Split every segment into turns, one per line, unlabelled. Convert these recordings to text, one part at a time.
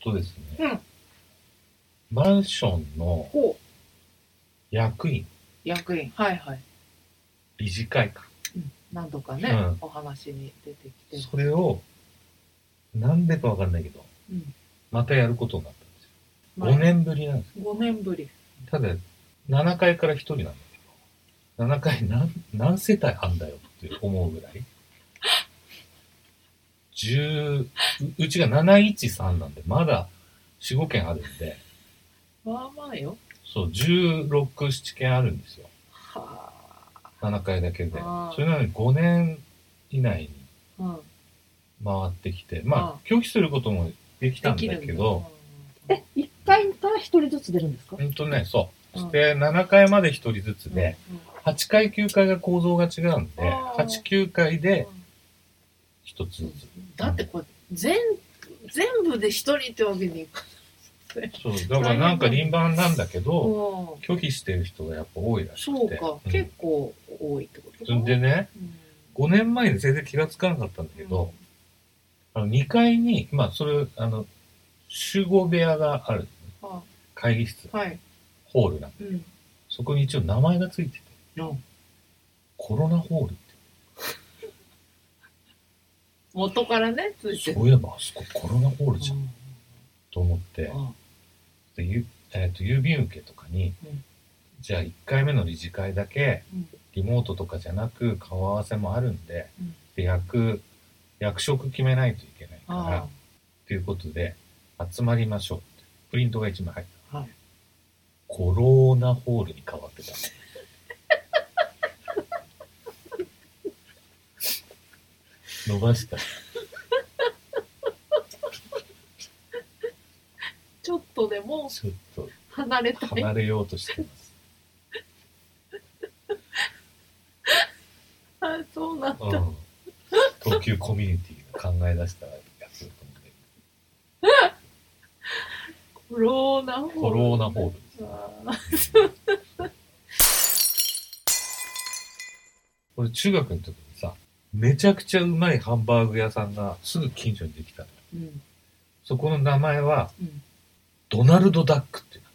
とですね、
うん
マンションの
ほう
役員、
役員はいはい
理事会か。
うん何度かね、
うん
お話に出てきてる
それを、なんでかわかんないけど、
うん
またやることになったんですよ。
まあ
5年ぶりなんです
五年ぶり
よ。ただ、7階から1人なんだけど、7階何、何世帯あんだよって思うぐらい。10ううちが713なんで、まだ4、5件あるんで、
まあまあよ
そう、16、7件あるんですよ。
は
7回だけで
あー
それなのに5年以内に
あ、うん、
回ってきて
あ
まあ拒否することもできたんだけど
できるんだ、
え、一回から一人ずつ出るんですか
うんとねそう
う
そ
ん
して7回まで1人ずつ
うん
で、、8回9回が構造が違うんで
あー
89回
うん
で1つ
う
ず
んだってこれ全全部で一人ってわけにいかない
つ、そうだからなんか輪番なんだけど、
うん
拒否してる人がやっぱ多いらし
そう
くて
か、
うん
結構多いってことか
でね5年前に全然気がつかなかったんだけど、あの2階にまあそれあの集合部屋がある
うんあ
会議室
はい
ホールなんで
うん
そこに一応名前がついてて
うん
コロナホールっ
元からねつい
て
て
そういえばあそこコロナホールじゃんと思って
うんうん
で、ゆえー、と郵便受けとかに、
うん
じゃあ1回目の理事会だけ
うん
リモートとかじゃなく顔合わせもあるんで,、
うん
で役役職決めないといけないから
あ
ということで集まりましょうってプリントが1枚入った、
はい
コロナホールに変わって た伸ばした
ちょっとでも
ちょっと
離れたい
離れようとしてます。
あそうなんだ、
うん。東急コミュニティが考え出したやつだと思うんで。
コロナホール
コロナホールです。
あー
俺中学の時にさ、めちゃくちゃうまいハンバーグ屋さんがすぐ近所にできたのよ。
うん
そこの名前は
うん
ドナルド・ダックっていう名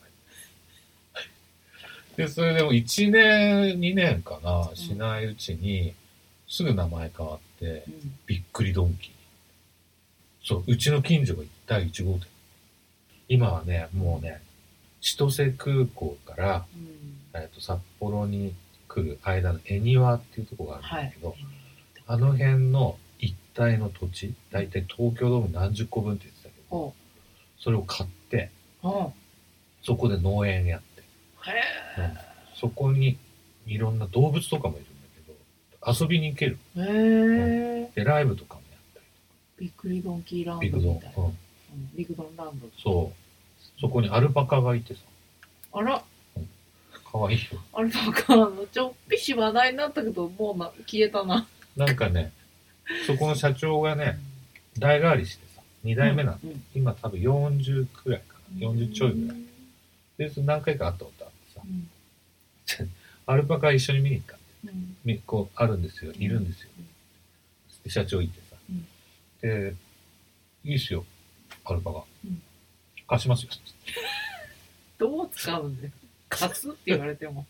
前。で、それでも1年、2年かな、しないうちに、すぐ名前変わって、
うん
びっくりドンキー。そう、うちの近所が第1号店。今はね、もうね、千歳空港から、
うん
えっと札幌に来る間の恵庭っていうところがあ
は
るんだ
い
けど、あの辺の一帯の土地、だいたい東京ドーム何十個分って言ってたけど、
お
それを買って、
お
そこで農園やって、
へえ
そこにいろんな動物とかもいるんだけど、遊びに行ける。
へえ
で、ライブとかもやったり
ビックリドンキーラン
とか、ビッ
ド
グド
みたいな
ン。うん
うんビッグドンランド
そう。そこにアルパカがいてさ、
あら
かわいいよ。
あれなんかあのちょっぴし話題になったけどもうな消えたな
なんかね、そこの社長がね、代替わりしてさ、2代目なの、
うんうん
今多分40くらいかな。40ちょいぐらい。で、その何回か会ったことあってさ、
うん
アルパカ一緒に見に行ったんだよ
うん
みこう、あるんですよ。いるんですよ
うん。
で社長行ってさ、
うん
で、いいっすよ、アルパカ。
うん
貸します よ。
どう使うんだよ貸すって言われても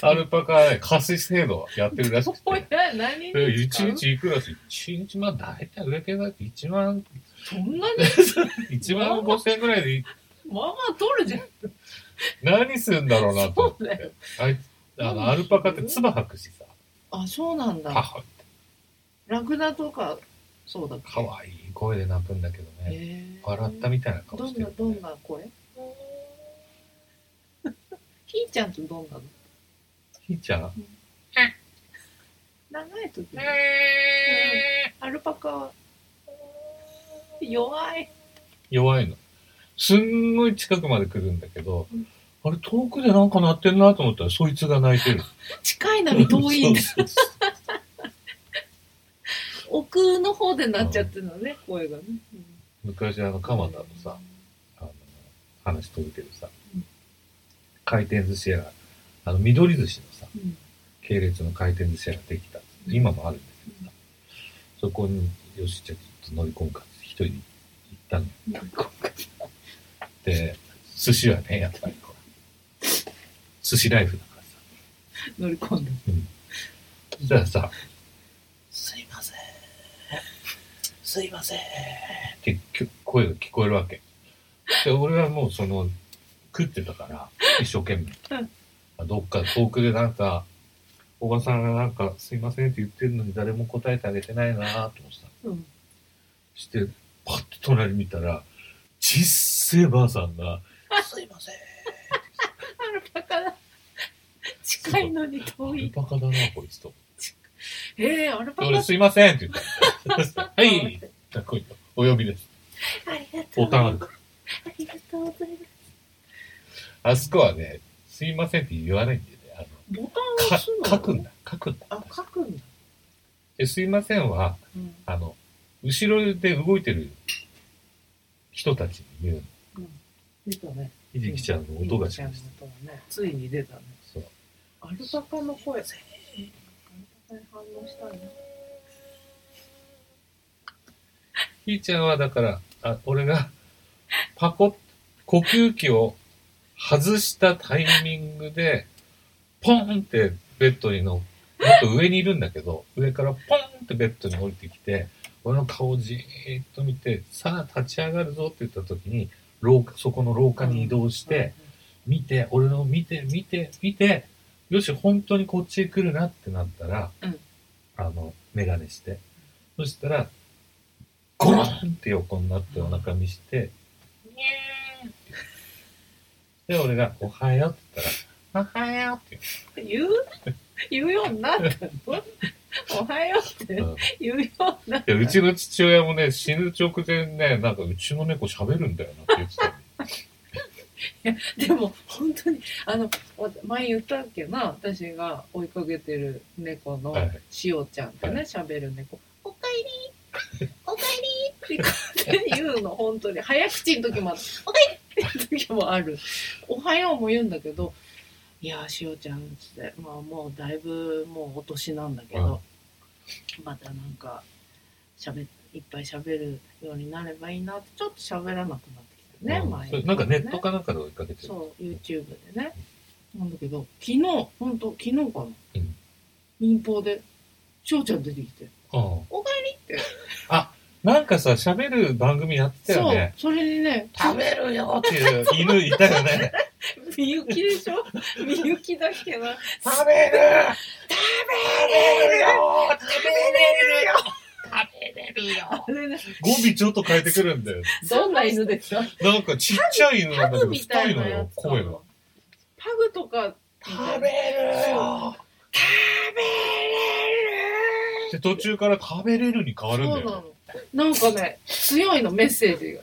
アルパカね、貸し制度やってるらしく
お
て。
や何に
で一
使う
日いくらっす一日まあ大体売れてない1万、
そんなに
1万5千円ぐらいでいい
まあまあ取るじゃん
何すんだろうなと思っ
そうだよ
て。あいつ、あの、アルパカって唾吐くしさ、
あそうなん
パ
だ
フって、
ラクダとかそうだっけ
かわいい声で鳴くんだけどね、
へえ
笑ったみたいな顔
ど
し
ん
てる、
な
ね。
どんな声 ひーちゃんとどんなの
ひーちゃん、
長い時アルパカは弱い
弱いの。すんごい近くまで来るんだけど
うん、
あれ遠くでなんか鳴ってんなと思ったら、そいつが泣いてる。
近いのに遠いん だ
そうそうそう
奥の方でなっちゃってるのね声がね
昔あの、蒲田のさ、あの、話飛ぶけどさ
うん、
回転寿司屋、あの、緑寿司のさ、
うん
系列の回転寿司屋ができた。
うん
今もあるんだけどさ、そこに、よし、じゃあちょっと乗り込むかって一人で行っったのよ何個かで寿司はねやっぱりこう寿司ライフだからさ
乗り込んで。
そしたらさ
すいません。すいません。
ってき声が聞こえるわけ。で、俺はもうその、食ってたから、一生懸
うん
命。どっか遠くでなんか、おばさんがなんか、すいませんって言ってるのに誰も答えてあげてないなぁと思ってた。
うん。
して、パッと隣見たら、ちっせえばあさんが、すいません。
アルパカだ。近いのに
ア
遠
ル
い。
パカだな、こいつと。
えー、アルパ
で
カ
俺、すいませんって言 ったの。はい
あ
こういうお呼びです。
りがと
ボ
う。
タンあ
あ
るから。
りがとうございます。
あそこはね、すいませんって言わないんでね。あの
ボタンを
か
押すの
書くんだ、書くんだ。
あ、書くんだ。
ですいませんは、
うん。
あの、後ろで動いてる人たちに言うの。
出たね。
ひじきちゃんの音がしまし
いい音がね。ついに出たね。
た。そう。
アルパカの声。アルパカに反応したんだ。
ひーちゃんはだから、あ、俺が、パコッ、呼吸器を外したタイミングで、ポンってベッドにの、もっと上にいるんだけど、上からポンってベッドに降りてきて、俺の顔をじーっと見て、さあ立ち上がるぞって言った時に、廊下、そこの廊下に移動して、見て、俺の見て、見て、見て、よし、本当にこっちへ来るなってなったら、
うん
あの、メガネして。そしたら、ゴロンって横になってお腹見して、にゃーって言う。で、俺が、おはようって言ったら、おはようって
うん、言う 言うようになったのおはようって
言う。うん
言うようになっ
い
た
や、うちの父親もね、死ぬ直前ね、なんか、うちの猫喋るんだよなって言って た。
でも本当にあのわ前言ったっけな私が追いかけてる猫の
はい
しおちゃんって
は
ね喋る猫「おかえりおかえり」って勝手に言うの本当に早口の時もある「おかえり!」って時もある「おはよう」も言うんだけどいやーしおちゃんって、まあ、もうだいぶもうお年なんだけど、またなんかしゃべいっぱい喋るようになればいいなってちょっと喋らなくなってきたね、
うん
前
それなんかネットかなんかで追いかけてる。
そう、YouTube でね。なんだけど、昨日、本当昨日かな。
うん
民放で、翔ちゃん出てきて。
うん。
おかえりって。
なんかさ、喋る番組やってたよ
そう
ね。、
それにね、
食べるよっていう犬いたよね。
みゆきで しょみゆきだっけな。
食べる食べれるよ食べれるよ食べれるよ
あれ ね、
語尾ちょっと変えてくるんだよ。
どんな犬ですか
なんかちっちゃい犬な
パ
んだけ
グ
ど、
みた
太い
い
の
なや
よ、
つかな
声が。
パグとかみたいな、
れ
よ
で、途中から食べれるに変わるんだよね。
そうなの。なんかね、強いの、メッセージが。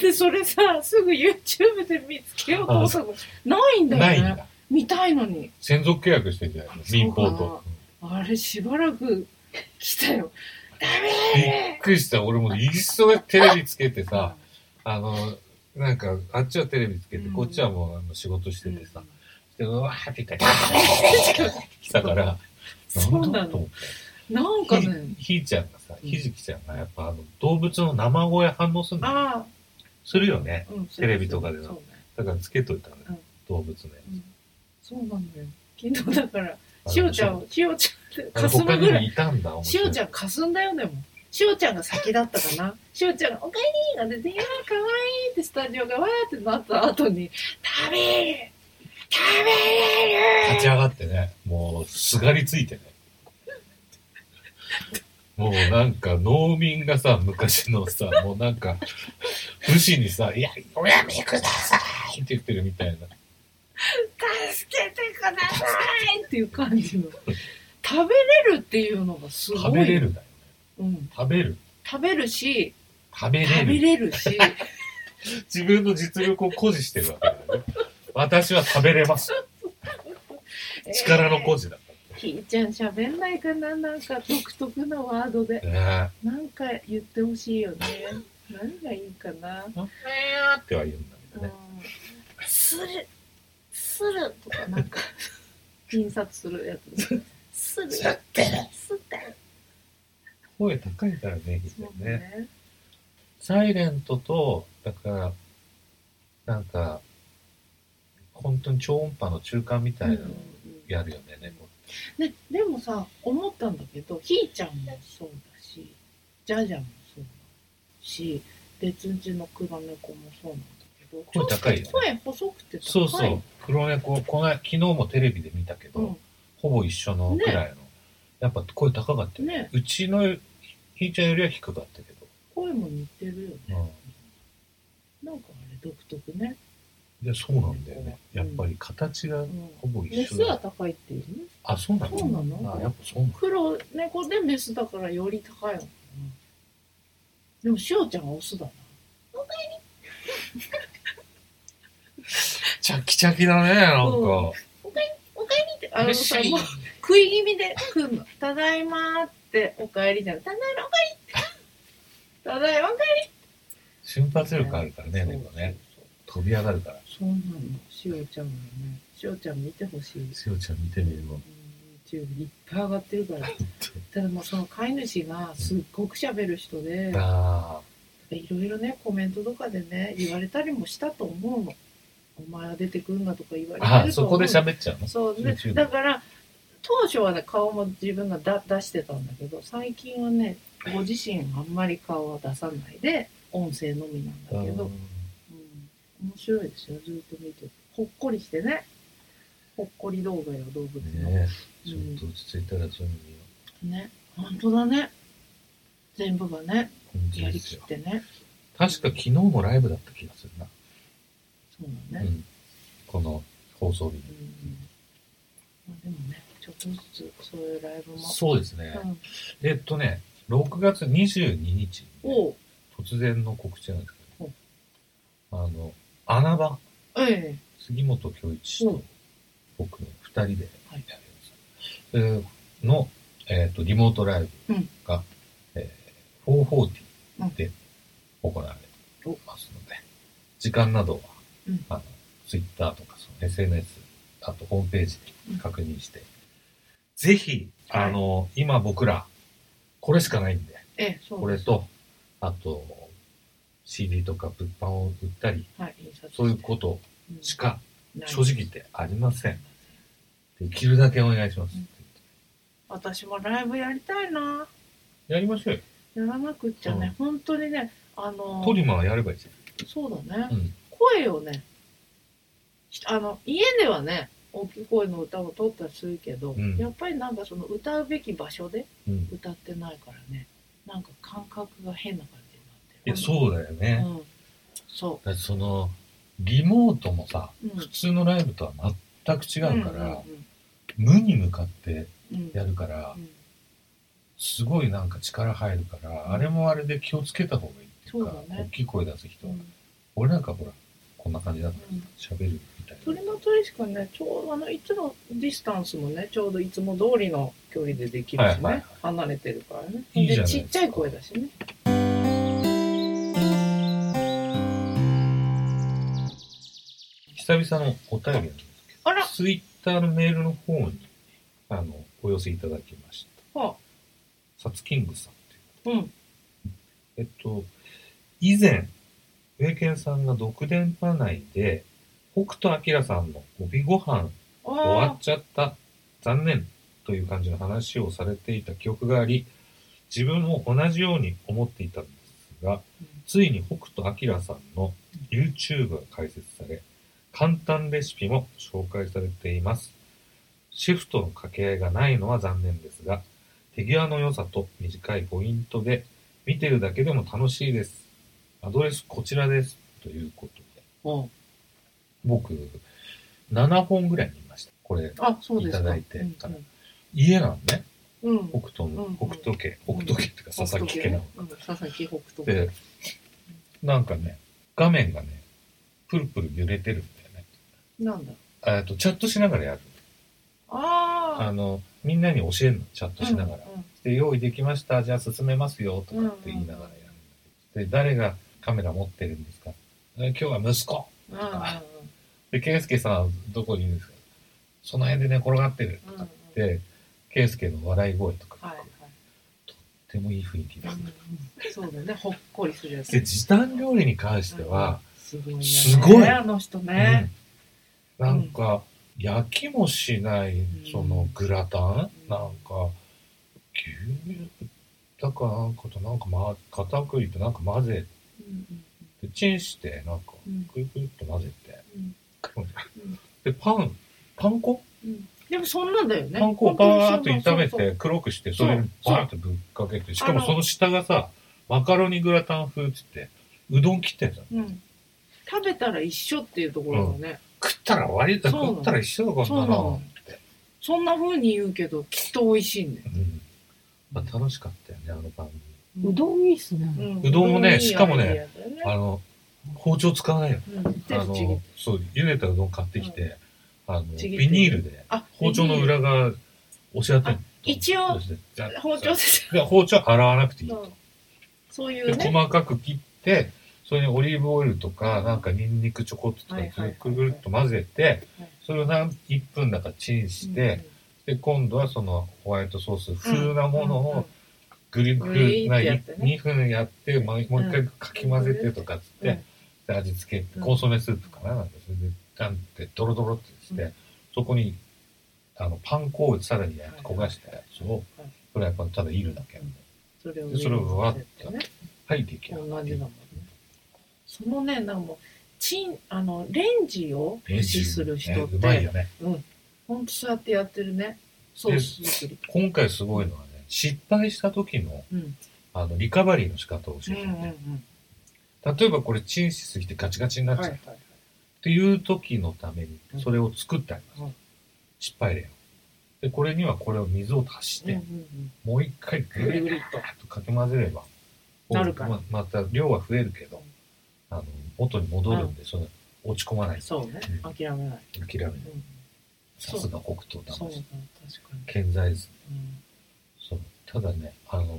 で、それさ、すぐ YouTube で見つけようと思ったの。ないんだ
ない
よ
ん
ね。
だ。
見たいのに。
専属契約してんじゃないの
そう
民放と。
あれ、しばらく来たよ。ダ
び
メ
っくりした。俺も一層テレビつけてさ、あの、なんか、あっちはテレビつけて、
うん
こっちはもうあの仕事しててさ、で、うわーって言って、 来たから、
そうな
なんだと思っ。
のなんかね、
て。ひーちゃんがさ、
うん
ひじきちゃんがやっぱあの動物の生声反応するの
あ
するよね。
あ、うん、
テレビとかでの
そうね。
だからつけといたのよ
うん。
動物のや
うんそうなんだよ。昨日だから、
つ。
しおちゃん、しおちゃんって、
あの
かす
他
む
に
ぐ
も
らい。
いたんだ、面
し
白い
おちゃんかすんだよ、でも。しおちゃんが先だったかな。しおちゃんが、おかえりが出て、いやー、かわいいってスタジオがわーってなった後に、食べる食べれる
立ち上がってね、もうすがりつ いてね。もうなんか農民がさ、昔のさ、もうなんか、武士にさ、いや、おやめくださいって言ってるみたいな。
助けてくださいっていう感じの食べれるっていうのがすごい
食べれるだよ。
うん、
食べる。
食べるし
食べれ
食べ
る。
れる し
自分の実力を誇示してるわけだよね。私は食べれ ます。力の誇示だか
えーひーちゃん喋んないかななんか独特なワードで
ら。ね
なんか言ってほしいよね何がいいかな、
え。っては言うんだけ
う
どね。
ん、するするとかなん か印刷するやつする
吸ってる
すってる
声高いからね、ひー
そ
ちゃ
うん
ね。
ね
サイレントと、だから、なんか、本当に超音波の中間みたいなのやるよね、猫って。
ね、でもさ思ったんだけどひーちゃんもそうだしじゃじゃもそうだしでつんちの黒猫もそうなんだけど
声高いよね
ちょっと声細くて高い
そうそう、黒猫、この昨日もテレビで見たけど、
うん
ほぼ一緒のくらいの、やっぱ声高かったよね。
ね
うちのひーちゃんよりは低かったけ
声も似てるよね、
ど、うん、
なんかあれ独特ね、
いやそうなんだよね。やっぱり形が
うん、
ほぼ一
メ
緒
ス
だ、
は高いっていうね。
あ、そうなの
そうなの
あやっぱそうなの
黒猫でメスだからより高いのかなでもしおちゃんはオスだな
チャキチャキだね、なんか。
うんおかえりってあの
嬉し
さ
い
もう食い気味で来んの「ただいま」って「おかえり」じゃない「ただいまおかえり」ただいまおかえ
瞬発力あるから
り
ね、猫ね。
そう
飛び上がるから。
そうそうなのしおちゃんはねしおちゃん見てほしい
せよちゃん見てみる の。
YouTube いっぱい上がってるからただもうその飼い主がすっごく喋る人で
あ
いろいろねコメントとかでね言われたりもしたと思うのお前は出てくんなとか言われ
ー
てると思
あ
う
ー、そこで喋っちゃうの
そうね
YouTube
だから当初はね顔も自分がだ出してたんだけど最近はねご自身あんまり顔は出さないで音声のみなんだけど、
う
うん
ん
面白いですよずっと見ててほっこりしてねほっこり動画よ動物のね
ねえ、ちょっと落ち着いたらそういうの見よ
本当だね全部がね
う。本当
や
で
り
す
き
よ
っ。てね
確か昨日もライブだった気がするな。
そうだ
う
ね、
ん。この放送日に。
うんまあ、でもねちょっとずつそういうライブも
そうですね。
うん、
えっとね、6月22日にね、
おう
突然の告知なんですけ
お
ど、あの、穴場、
ええ
杉本恭一氏
う
と
ん
僕の二人で
は
や
い
ります。えーの、えっ、と、リモートライブが、えー、440で行われますので、時間などは、
うん
あの、ツイッターとか、その SNS、あとホームページで確認して、ぜひ、
はい
あの、今僕ら、これしかないんで、
ええそう
これと、あと、CD とか物販を売ったり、
はい、印刷して
そういうこと
うん
しか
ない
正直言ってありません。できるだけお願いします。
うん私もライブやりたいな
やりましょうよ。
やらなくっちゃね、本当にねあの
トリマーやればいいじ
そうだね、
ゃん。うん。
声をねひあの家ではね大きい声の歌を撮ったりするけど、
うん
やっぱりなんかその歌うべき場所で
うん。
歌ってないからねなんか感覚が変な感じになってる
いや、そうだよね。
うん、そ
だってその、リモートもさ、
う、うん、
普通のライブとは全く違うから、
うん
無に向かって
うんうん
やるから
う、ん
すごいなんか力入るから、あれもあれで気をつけた方がいいっていうか
そう、だね
大きい声出す人
う
は。
ん
俺なんかほら、こんな感じだから
うん
喋るみたい
鳥の鳥しかねちょうどあのいつもディスタンスもねちょうどいつも通りの距離でできるしね、
はいはいはい
離れてるからね
いいじゃない
でちっちゃい声だしね
な。久々のお便りなんですけ
あら
ど、ツイッターのメールの方に、あの、お寄せいただきました。
は
サツキングさんっていう。
うん
えっと、以前、ウェケンさんが独電波内で、北斗晶さんの帯ご飯終わ
あ
っちゃった、残念という感じの話をされていた記憶があり、自分も同じように思っていたんですが、ついに北斗晶さんの YouTube が開設され、簡単レシピも紹介されています。シフトの掛け合いがないのは残念ですが、手際の良さと短いポイントで見てるだけでも楽しいです。アドレスこちらです。ということで、
うん
僕、7本ぐらい見ました。これ、
あそうですか
いただいて
うん
から家なのね。
うん、うん
北斗の
うん、
北斗家、北
うん
斗家っていうか佐々木家なの。
北斗ねうん佐々木北斗
で、なんかね、画面がね、プルプル揺れてるんだよね。
なんだ
えっと、チャットしながらやる。あ
あ
の、みんなに教えるの、チャット
あ
しながら。
うん
で、用意できました、じゃあ進めますよ、とかって言いながらやるんだけど。で、誰がカメラ持ってるんですかえ今日は息子。
うんうん
で、ケイスケさん、どこにいるんですかその辺で寝転がってる。
うんうんうん
で、ケイスケの笑い声とか聞
はい
こ
はい
えて、てもいい雰囲気です。
うんそうだね、ほっこりするやつ。
で、時短料理に関しては、
すごいね。
すごい
あの人ね。
うんなんか、焼きもしない、そのグラタン、
うん
なんか、牛乳だかなんかとなんか、ま、片栗となんか混ぜ
うん
て、チンして、なんか、
うん
くるくるっと混ぜて、
うん
で、パン、パン粉
うんでもそんなんだよね。
パン粉をバーッと炒め
本当にそんな。
て黒くして、それにバーッとぶっかけて、しかも
あの
その下がさ、マカロニグラタン風って言って、うどん切ってんじゃん。
そううん食べたら一緒っていうところだね。
食ったら終わりだ、
そうなの
食ったら一緒だか
そうな
らな
の。そんな風に言うけど、きっと美味しいんだよ。
うんまあ、楽しかったよね、あの番組。
うどんいいっすね。
ん
うどんもね
ういい
しかもね
アイデアだよね
あの、包丁使わないよ。
うん
あ
ちぎっ
の、そう、茹でたうどん買ってきて、あの、
ちぎって
ビニールで、
あ
包丁の裏側押し当てる
あ。一応
そうですね、じゃあ
包丁です。
で包丁洗わなくていい。
うんそうい
で
うね。
細かく切って、それにオリーブオイルとか、なんかニンニクちょこっととか、
はいはいはいはい
ぐるぐるっと混ぜて
はい、
それを何1分だかチンして、で、今度はそのホワイトソース
うん、
風なもの
うんうん
をぐりぐりな
ぐりーってやってね
2分やって、もうもう一回かき混ぜてとかっつって、
うん
で味付け
うん
コンソメスープかななんかそれでダンってドロドロってして、
うん
そこにあのパン粉をさらにやっ
はい
焦がしたやつを
はい
フライパンただいるだけ、
うんそれを
でそれをうわっ
上に乗せてね
はい出来上が
同
り
じだもんね。そのね、なんかもう、チン、あの、レンジを
レン
無
ジ
視する人っ
ねうまい
て、
よね
ほんとそうやってやってるね。ソース作り。
今回すごいのはね失敗した時の
うん。
あのリカバリーの仕方を
う
教
ん
えて
うん
く
う
れて、
ん。
例えばこれチンしすぎてガチガチになっちゃ
は
う、
いはい。
っていう時のために
うん
それを作ってあります、
うん
失敗例をでこれにはこれを水を足し
うん
て、
うん
もう一回
う
ぐ
ん。
り
ぐ
ぐり
りぐりっと。
あとかき混ぜれば、
なるから
ままた量は増えるけど、あの、元に戻るんで、その落ち込まない。
そうね。諦めない。
諦めない。
うん。
さすが黒糖だ
そ
も
うだ
し
ね、確かに。
健在です。
うん
そう。ただね、あの、や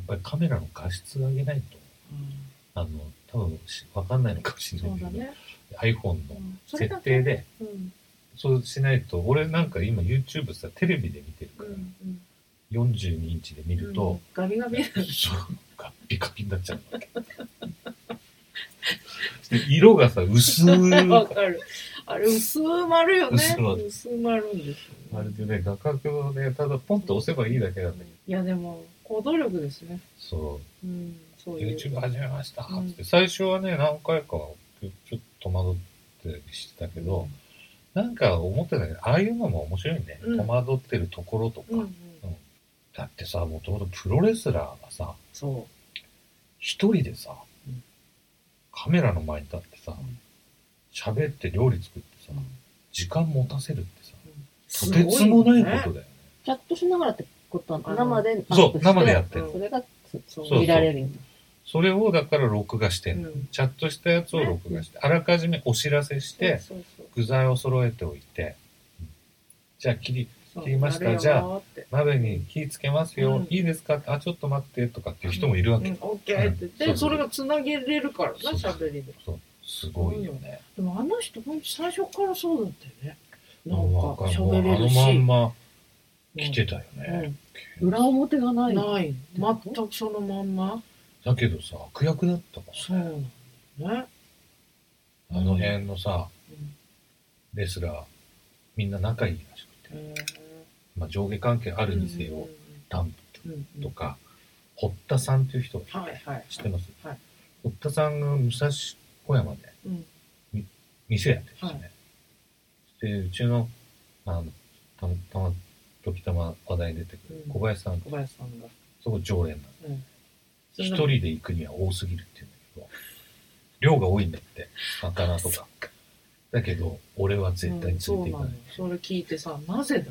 っぱりカメラの画質が上げないと、
う
あ
ん
の、多分しわかんないのかもしれ
そ
な
う
いけ
だ
ど、
ね。
iPhone
う
の
んそれだ
設
け
定で、
うん
そうしないと、俺なんか今 YouTube さ、テレビで見てる
う
から、
んうん
42インチで見ると、
うんガビガビ。
そう、ガッピカピになっちゃうわけ。で色がさ、薄 い。
わかる。あれ、薄まるよね
薄ま。る
薄まるんですよね。
まるでね、画角をね、ただポンと押せばいいだけなんだけど。
いや、でも、行動力ですね。
そ、
うん、そうういう。
YouTube 始めました、
うん
って。最初はね、何回か、ちょっと戸惑ってしてたけど、なんか思ってたけど、ああいうのも面白いね。
うん
戸惑ってるところとか。
うん、うん、
だってさ、もともとプロレスラーがさ、
そ
一人でさ
うん、
カメラの前に立ってさ
うん、
喋って料理作って
う
さ、。時間持たせるってさ、
す
と
ごい
て
ね
つもないことだよね。
チャットしながらってことは
あの
生で
そう
アップして
生でやって
る
それが
そう
そう
見られるんだ
それをだから録画してんの。
うん
チャットしたやつを録画して、あらかじめお知らせして、
そうそう
具材を揃えておいて、じゃあ切り、
そう
切りましたじゃあ鍋に火つけますよ、
うん
いいですかあ、ちょっと待って、とかっていう人もいる
オ
わけ。
ッケーって。
う
で、
ん
それが繋げれるからな、
そう
喋りで。
そうすごいよね。
でも、あの人、ほんと最初からそうだったよね。な
うんん
か、
もう
喋
あ
れ
の
る
ま
し
ん。ま来てたよ
うん
ね。
裏表がない
ない。全くそのまんま。
だけどさ、悪役だったもんね
そうなのね。
あの辺のさ、
うん
レスラー、みんな仲いいらしくて、
へ
まあ、上下関係あ
ー
るにせよ、ダン
うんうんうん
プとか、堀田さんっていう人がいて
はいはい。
知ってます
はい。
堀田さんが武蔵小山で
うん
店やってるんですね。で、うちの、あの、たま、たま、時たま話題に出てくる
うん
小林さん、
小林さんが。
そこ常連なんです。
うん
一人で行くには多すぎるって言うんだけど、量が多いんだって、魚とか。だけど、俺は絶対についていかない。
うんそうなのそれ聞いてさ、なぜだっ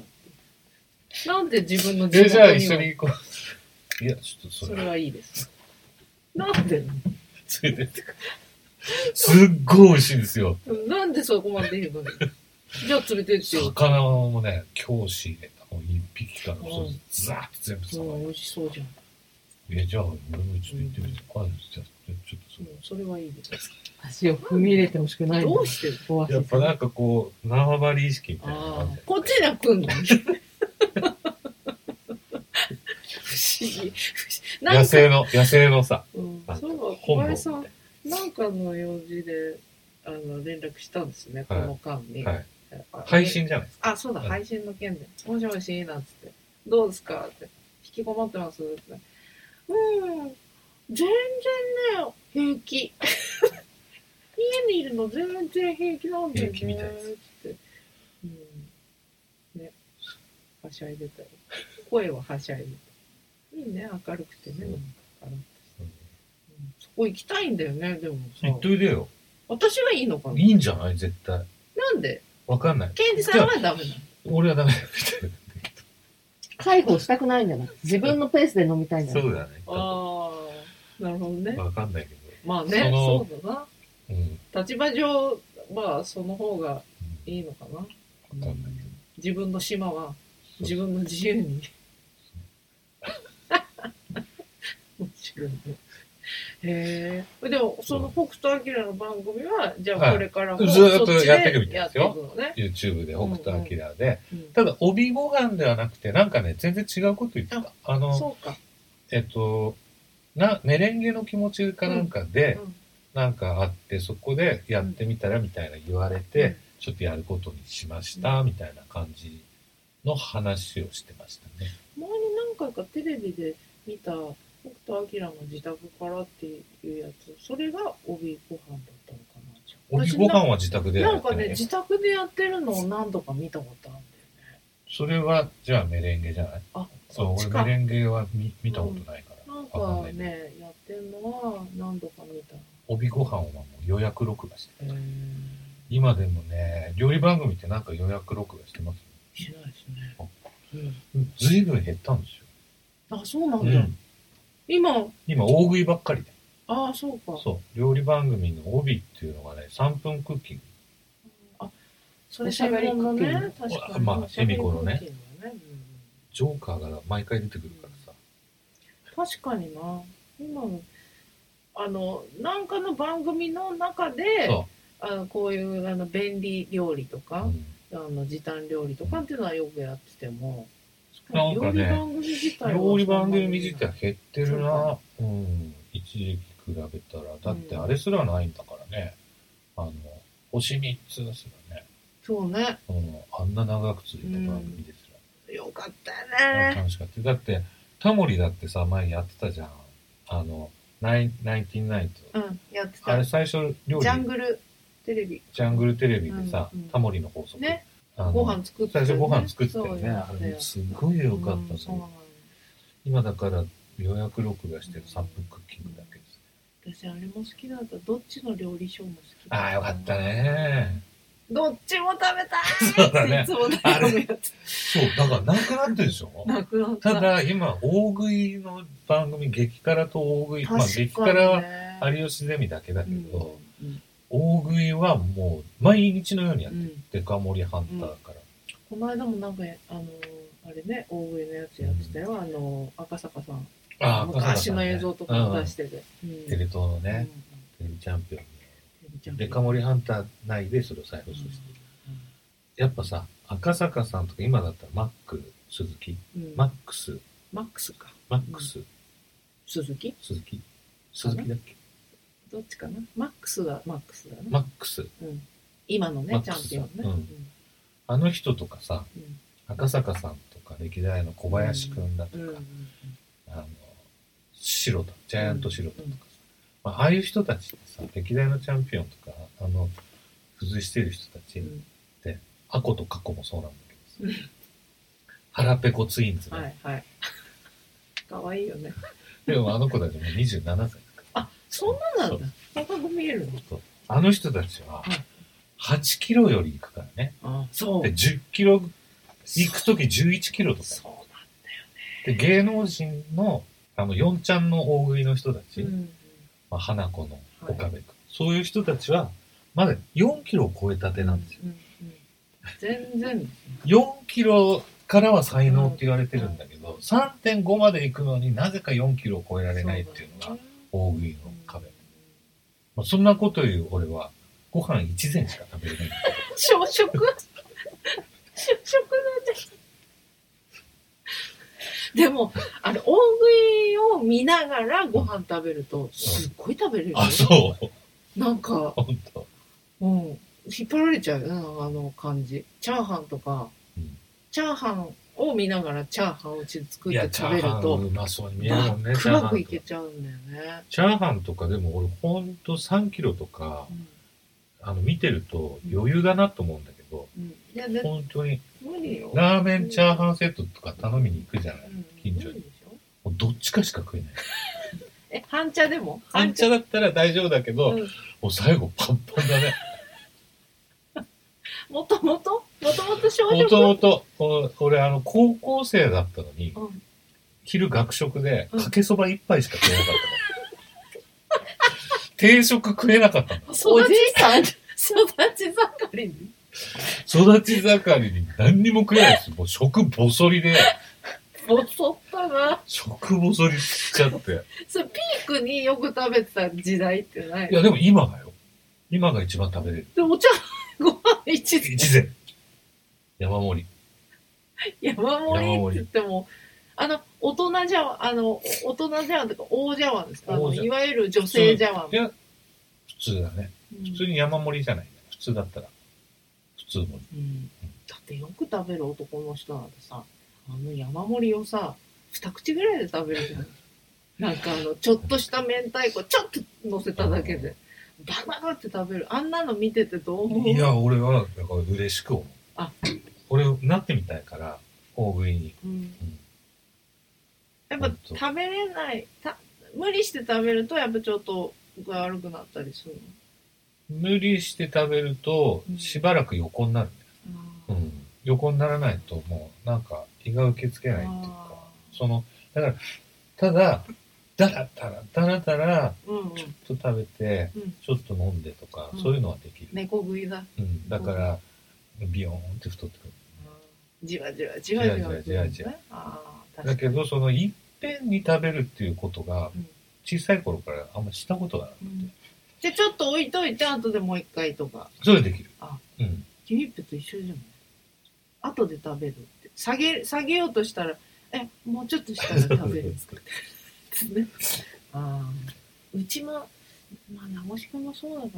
て。なんで自分の地
え、じゃあ
元に
一緒
は
に行こう。いや、ちょっとそ
そ
れ
れ、はいいです。なんで
連れてってくれすっごい美味しいんですよ。
なんでそこまで言うのじゃあ連れてってよ。
魚もね、教師入れたの一匹から、
ん
そうザーッと全部さ
うん、美味しそうじゃん。
え、じゃあ、俺もちょっと行ってみて。あ、じゃあ、ちょっとそ
うんそれはいいです。
足を踏み入れてほしくない
どうしてる
オアシ
れ。
ス
やっぱなんかこう、縄張り意識みたいなのがあ
あ
るんだ
あ
よね。
こっちには来んの不議。な
野
んか、
生の、野生のさ、
うん
なん、か
そういえば小
本能
林さん、なんかの用事で、あの、連絡したんですね、こ
はい
の間に。
はい
あ
配信じゃないですか。
あ、そうだ、
はい
配信の件で。もしもし、なんつって。どうですかって。引きこもってますって。うん。全然ね、平気。 家にいるの全然平気なんだよね。
平気みたいです
つって。うん。ね。はしゃいでたよ。声ははしゃいでた。いいね、明るくてね。
うん
なんかあのうんそこ行きたいんだよね、でもさ
言。っといでよ。
私はいいのかない
いんじゃない絶対。
なんで
わかんない。
ケンジさんはダメなの
俺はダメ。
介護したくないんじゃない自分のペースで飲みたいんじゃない
そうだね。わ
ああ、なるほどね。
かんないけ
まあね、
その
そうだ
ど。うん。
な。立場上、まあ、その方がいいのかな。
わかんないけど。
自分の島は、
う
自分の自由に。もちろんね。へえ。でも、その北斗晶の番組は、じゃ
は
あ
い
これから
ず
も
ーっと
そち
やっていくみたいで
やっ
す
てい
よ
くのね。
YouTube で北斗晶で。
うん
ただ、帯ご飯ではなくて、なんかね、全然違うこと言ってた。あの、
そうか。
えっと、な、メレンゲの気持ちかなんかで、
うん
なんかあって、そこでやってみたらみたいな言われて、
うん
ちょっとやることにしました、みたいな感じの話をしてましたね。
前に何回かテレビで見た北斗晶の自宅からっていうやつそれが帯ご飯だったのかなじゃあ
帯ご飯は自宅で
私な
や
なん
って
か
な
ね
いよ
自宅でやってるのを何度か見たことあるん
それは、じゃあメレンゲじゃない
あ
そう、
そ
俺
っちか
メレンゲは見見たことないから。
だよね
わ
な
かん
ん
な
か
い
ねやってるのは何度か見た
帯ご飯はもう予約録画してる。
へー
今でもね、料理番組ってなんか予約録画してます
しないですね
あ
うん
ずいぶん減ったんですよ。
あそうなん
う
だ、
ん。
今
今、大食いばっかりで。
ああそうか
そう。料理番組の帯っていうのがね、3分クッキング。
あそれしゃべりの
おしゃべ
ね
り
確か
あ
に
まあ
おしゃべり
恵美子のね
クッキングだねうん
ジョーカーが毎回出てくるからさ。
確かにな今のあのなんかの番組の中で
そ
あのこういうあの便利料理と
う。
か
う、ん
あの時短料理とかっていうのはよくやってても
なんかね
料理番組自体は
料理番組自体減ってる
そう
な。うん。一時期比べたら。だってあれすらないんだからね。あの、星3つですよね。
そうね
うん。あんな長く続いた番組です
よかった
ら。
よね
楽しかった。だって、タモリだってさ、前やってたじゃん。あの、ナインナインティナイト。
うんやって
あ
た
れ
ジ
最初、料理、ジ
ャングルテレビ
ャングルテレビでさ
うんうん、
タモリの法則。
ね
あの
ご飯作ってた
最
よね
初ご飯作ってた
そ
よ
う
ね。あ
や
れ
っ、
すごい良かった
うん
です
そう
ね
な。のよ
今だから予約録画してる3分クッキングだけです。
私あれも好きだったどっちの料理ショーも好きだ
ああ、よかったね。
どっちも食べ
そう
た
だ
いって
ね
いつも悩むやつ
そう、だからなくなってるでしょ
なくなった
ただ、今、大食いの番組、激辛と大食い、まあ、激
確かに
辛は
ね
有吉ゼミだけだけど、
うん
大食いはもう、毎日のようにやっ
う
てる。
ん
デカ盛りハンターから。
この間もなんかあのあれね大食いのやつやってたよ、あの赤坂さん
ああ、
昔の映像とかも出してて、うん
てテレ東のね、
う
テレビチャンピオン
んうん
の。デカ盛りハンター内でそれを再放送してる。やっぱさ、赤坂さんとか今だったらマック、鈴木、
うんうん
マックス、
マックスか
マックス、
鈴木
鈴木鈴木だっけ
どっちかなマックスだマックスだね、
マックス。
うん、今の
マ
ね
ッ
チ
ク
ャン
ス
ピオンね、
うんあの人とかさ、
うん
赤坂さんとか、歴代の小林くんだと
うんうん
か、あの、白田、ジャイアント白田とか
うん
さ、まあ、ああいう人たちってさ、歴代のチャンピオンとか、あの、付随してる人たち
う、ん
アコとカコもそうなんだけどさ、腹ペコツインズ
うん、は
ね。
いはい 可愛いよね
でもあの子たちも27歳だから。
あそんななんだそんな見えるの
そうあの人たちは
はい、
8キロより行くからね。
あそう
で、10キロ、行くとき11キロとか。
そうなんだよ
で、芸能人の、あの、四ちゃんの大食いの人たち、
うん
まあ、花子の岡部君、そういう人たちは、まだ4キロを超えたてなんですよ。
うんうん全然
4キロからは才能って言われてるんだけど、3.5まで行くのになぜか4キロを超えられないっていうのが、大食いの壁。まあ、そんなこと言う俺は、ご飯1膳しか食べれない。
小食小食なんだでも、あの、大食いを見ながらご飯食べると、すっごい食べれるよ
あ、そう。
なんか、
本当。
うん、引っ張られちゃうよな、あの感じ。チャーハンとか、
うん
チャーハンを見ながらチャーハンをうちで作
い
っ
や、
て
チ
食
ャ
べ
ー
る
ハン
と、
うまそうに見える
バ
もんね、
ッ
チ
ク
ャー
バ
ハ
クい
ン
け
とか。
ちゃうんだよね。
チャーハンとかでも俺ほんと3キロとか
う、ん
あの見てると余裕だなと思うんだけど、
うん、いや、だ
本当に
無理よ。
ラーメンチャーハンセットとか頼みに行くじゃない。
うん
近所に
無理でしょ
もうどっちかしか食えない。
え、半茶でも
半茶だったら大丈夫だけど、
うん
もう最後パンパンだね。
もともともともと少
も
女
ともと、お俺あの高校生だったのに、
うん
昼学食でかけそば一杯しか食えなかったの。定食食えなかったの。
お
育
じ
ち
いさん
育ち盛りに。
育ち盛りに何にも食えないです。もう食細りで、
ボソったな。
食細りしちゃって。
それピークによく食べてた時代ってない
いや、でも今がよ。今が一番食べれる。
で、お茶、ご飯一時、
一膳。山盛り。
山盛りって言っても、あの、大人茶碗、あの、大人茶碗とか大茶碗ですかあ
大
の、
茶碗
いわゆる女性茶碗
い。や、普通だね。
うん
普通に山盛りじゃない。普通だったら。普通盛り。
うんだってよく食べる男の人なんてさ、あの山盛りをさ、二口ぐらいで食べるじ ゃん。なんかあの、ちょっとした明太子、ちょっと乗せただけで、バババって食べる。あんなの見ててどう思う
いや、俺は、だから嬉しく思う。
あ
俺、なってみたいから、大食いに。
うんやっぱ食べれない、た無理して食べると、やっぱちょっと具合悪くなったりするの。
無理して食べると
う、ん
しばらく横になる、うん。横にならないと、もう、なんか、胃が受け付けないっていうか。
あ
その、だから、ただ、だらだら、だらだら、
ーうんうん
ちょっと食べて、
うん
ちょっと飲んでとか、
うん
そういうのはできる。
猫食いだ。
うん、だから、ビヨーンって太ってくる。
じわじわじわじわ
じわじわじわじわ
ねあー
だ
確か
け
に
ど、その、いっぺんに食べるっていうことが
うん、
小さい頃からあんましたことがなくて。
うんじゃあちょっと置いといて、後でもう一回とか。
それできる。
あ
うん。
キューピップと一緒じゃない後で食べるって。下げ、下げようとしたら、え、もうちょっとしたら食べるってね。 あーうちも、まあ、名越くんもそうだか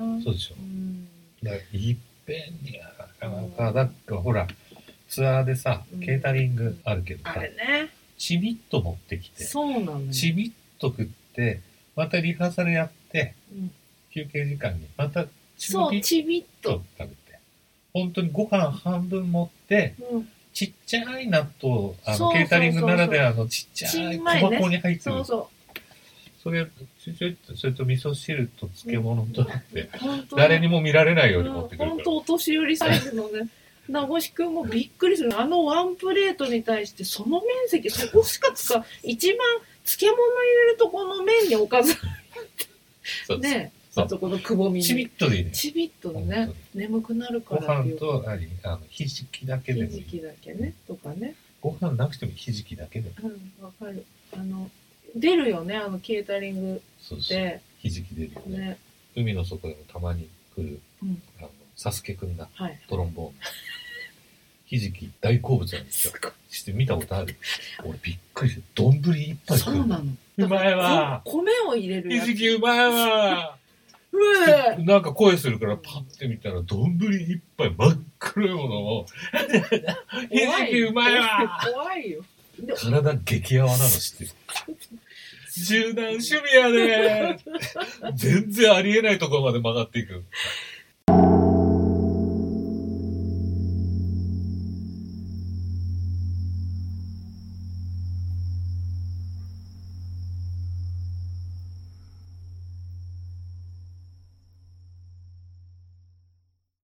らな。
そうでしょ
う。ん。
だからいっぺんにはなかなか、だからほら、ツアーでさ
う、ん
ケータリングあるけど
あ
さ
れ、ね。
ちびっと持ってきて、
そうなのよ。
ちびっと食って、またリハーサルやって、
うん
休憩時間にまたち
そう、
びっ
ちびっ
と
と。
食べて、本当にご飯半分持って、
うん。
ちっちゃい納豆、あ
そうそうそうそ
の
う
ケータリングならではのちっちゃ
ち
い
ん
小
まいね
箱に入ってる
そう。そ
それ、ちょちょいと、それと味噌汁と漬物となって、
う。本当に
誰にも見られないように持ってくる
本
から。
当お年寄りサイズの ね名越くんもびっくりするあのワンプレートに対してその面積そこしか使う一番漬物入れるとこの面におかず
そうです
ね
そ
あ
う
そこのくぼみ
ちび
に
っとでいいね。
ちびっとの
本当
ね
に
眠くなるか
ご
らって
飯
いう
と、何あの、ひじきだけで
ひ
もい
じ
い。
きだけねとかね
ご飯なくてもひじきだけでも。
うんわかるあの出るよねあのケータリング
そうそう。
で
ひじき出るよね。
ね
海の底でもたまに来る、
うん
あの、サスケくんだ、
はい
トロンボーン。ひじき大好物なんです
す
よ。
ごい
して見たことある。俺びっくりして、丼一杯
そ
食う
う
の
なの
うまいわ
こ米を入れる
ひ
やつ
じきうまいわ
うえ
なんか声するからパッて見たら、丼一杯真っ黒いものを、ひじきうまいわ
怖いよで
体激泡なの知ってる。 柔軟趣味やね全然ありえないところまで曲がっていく。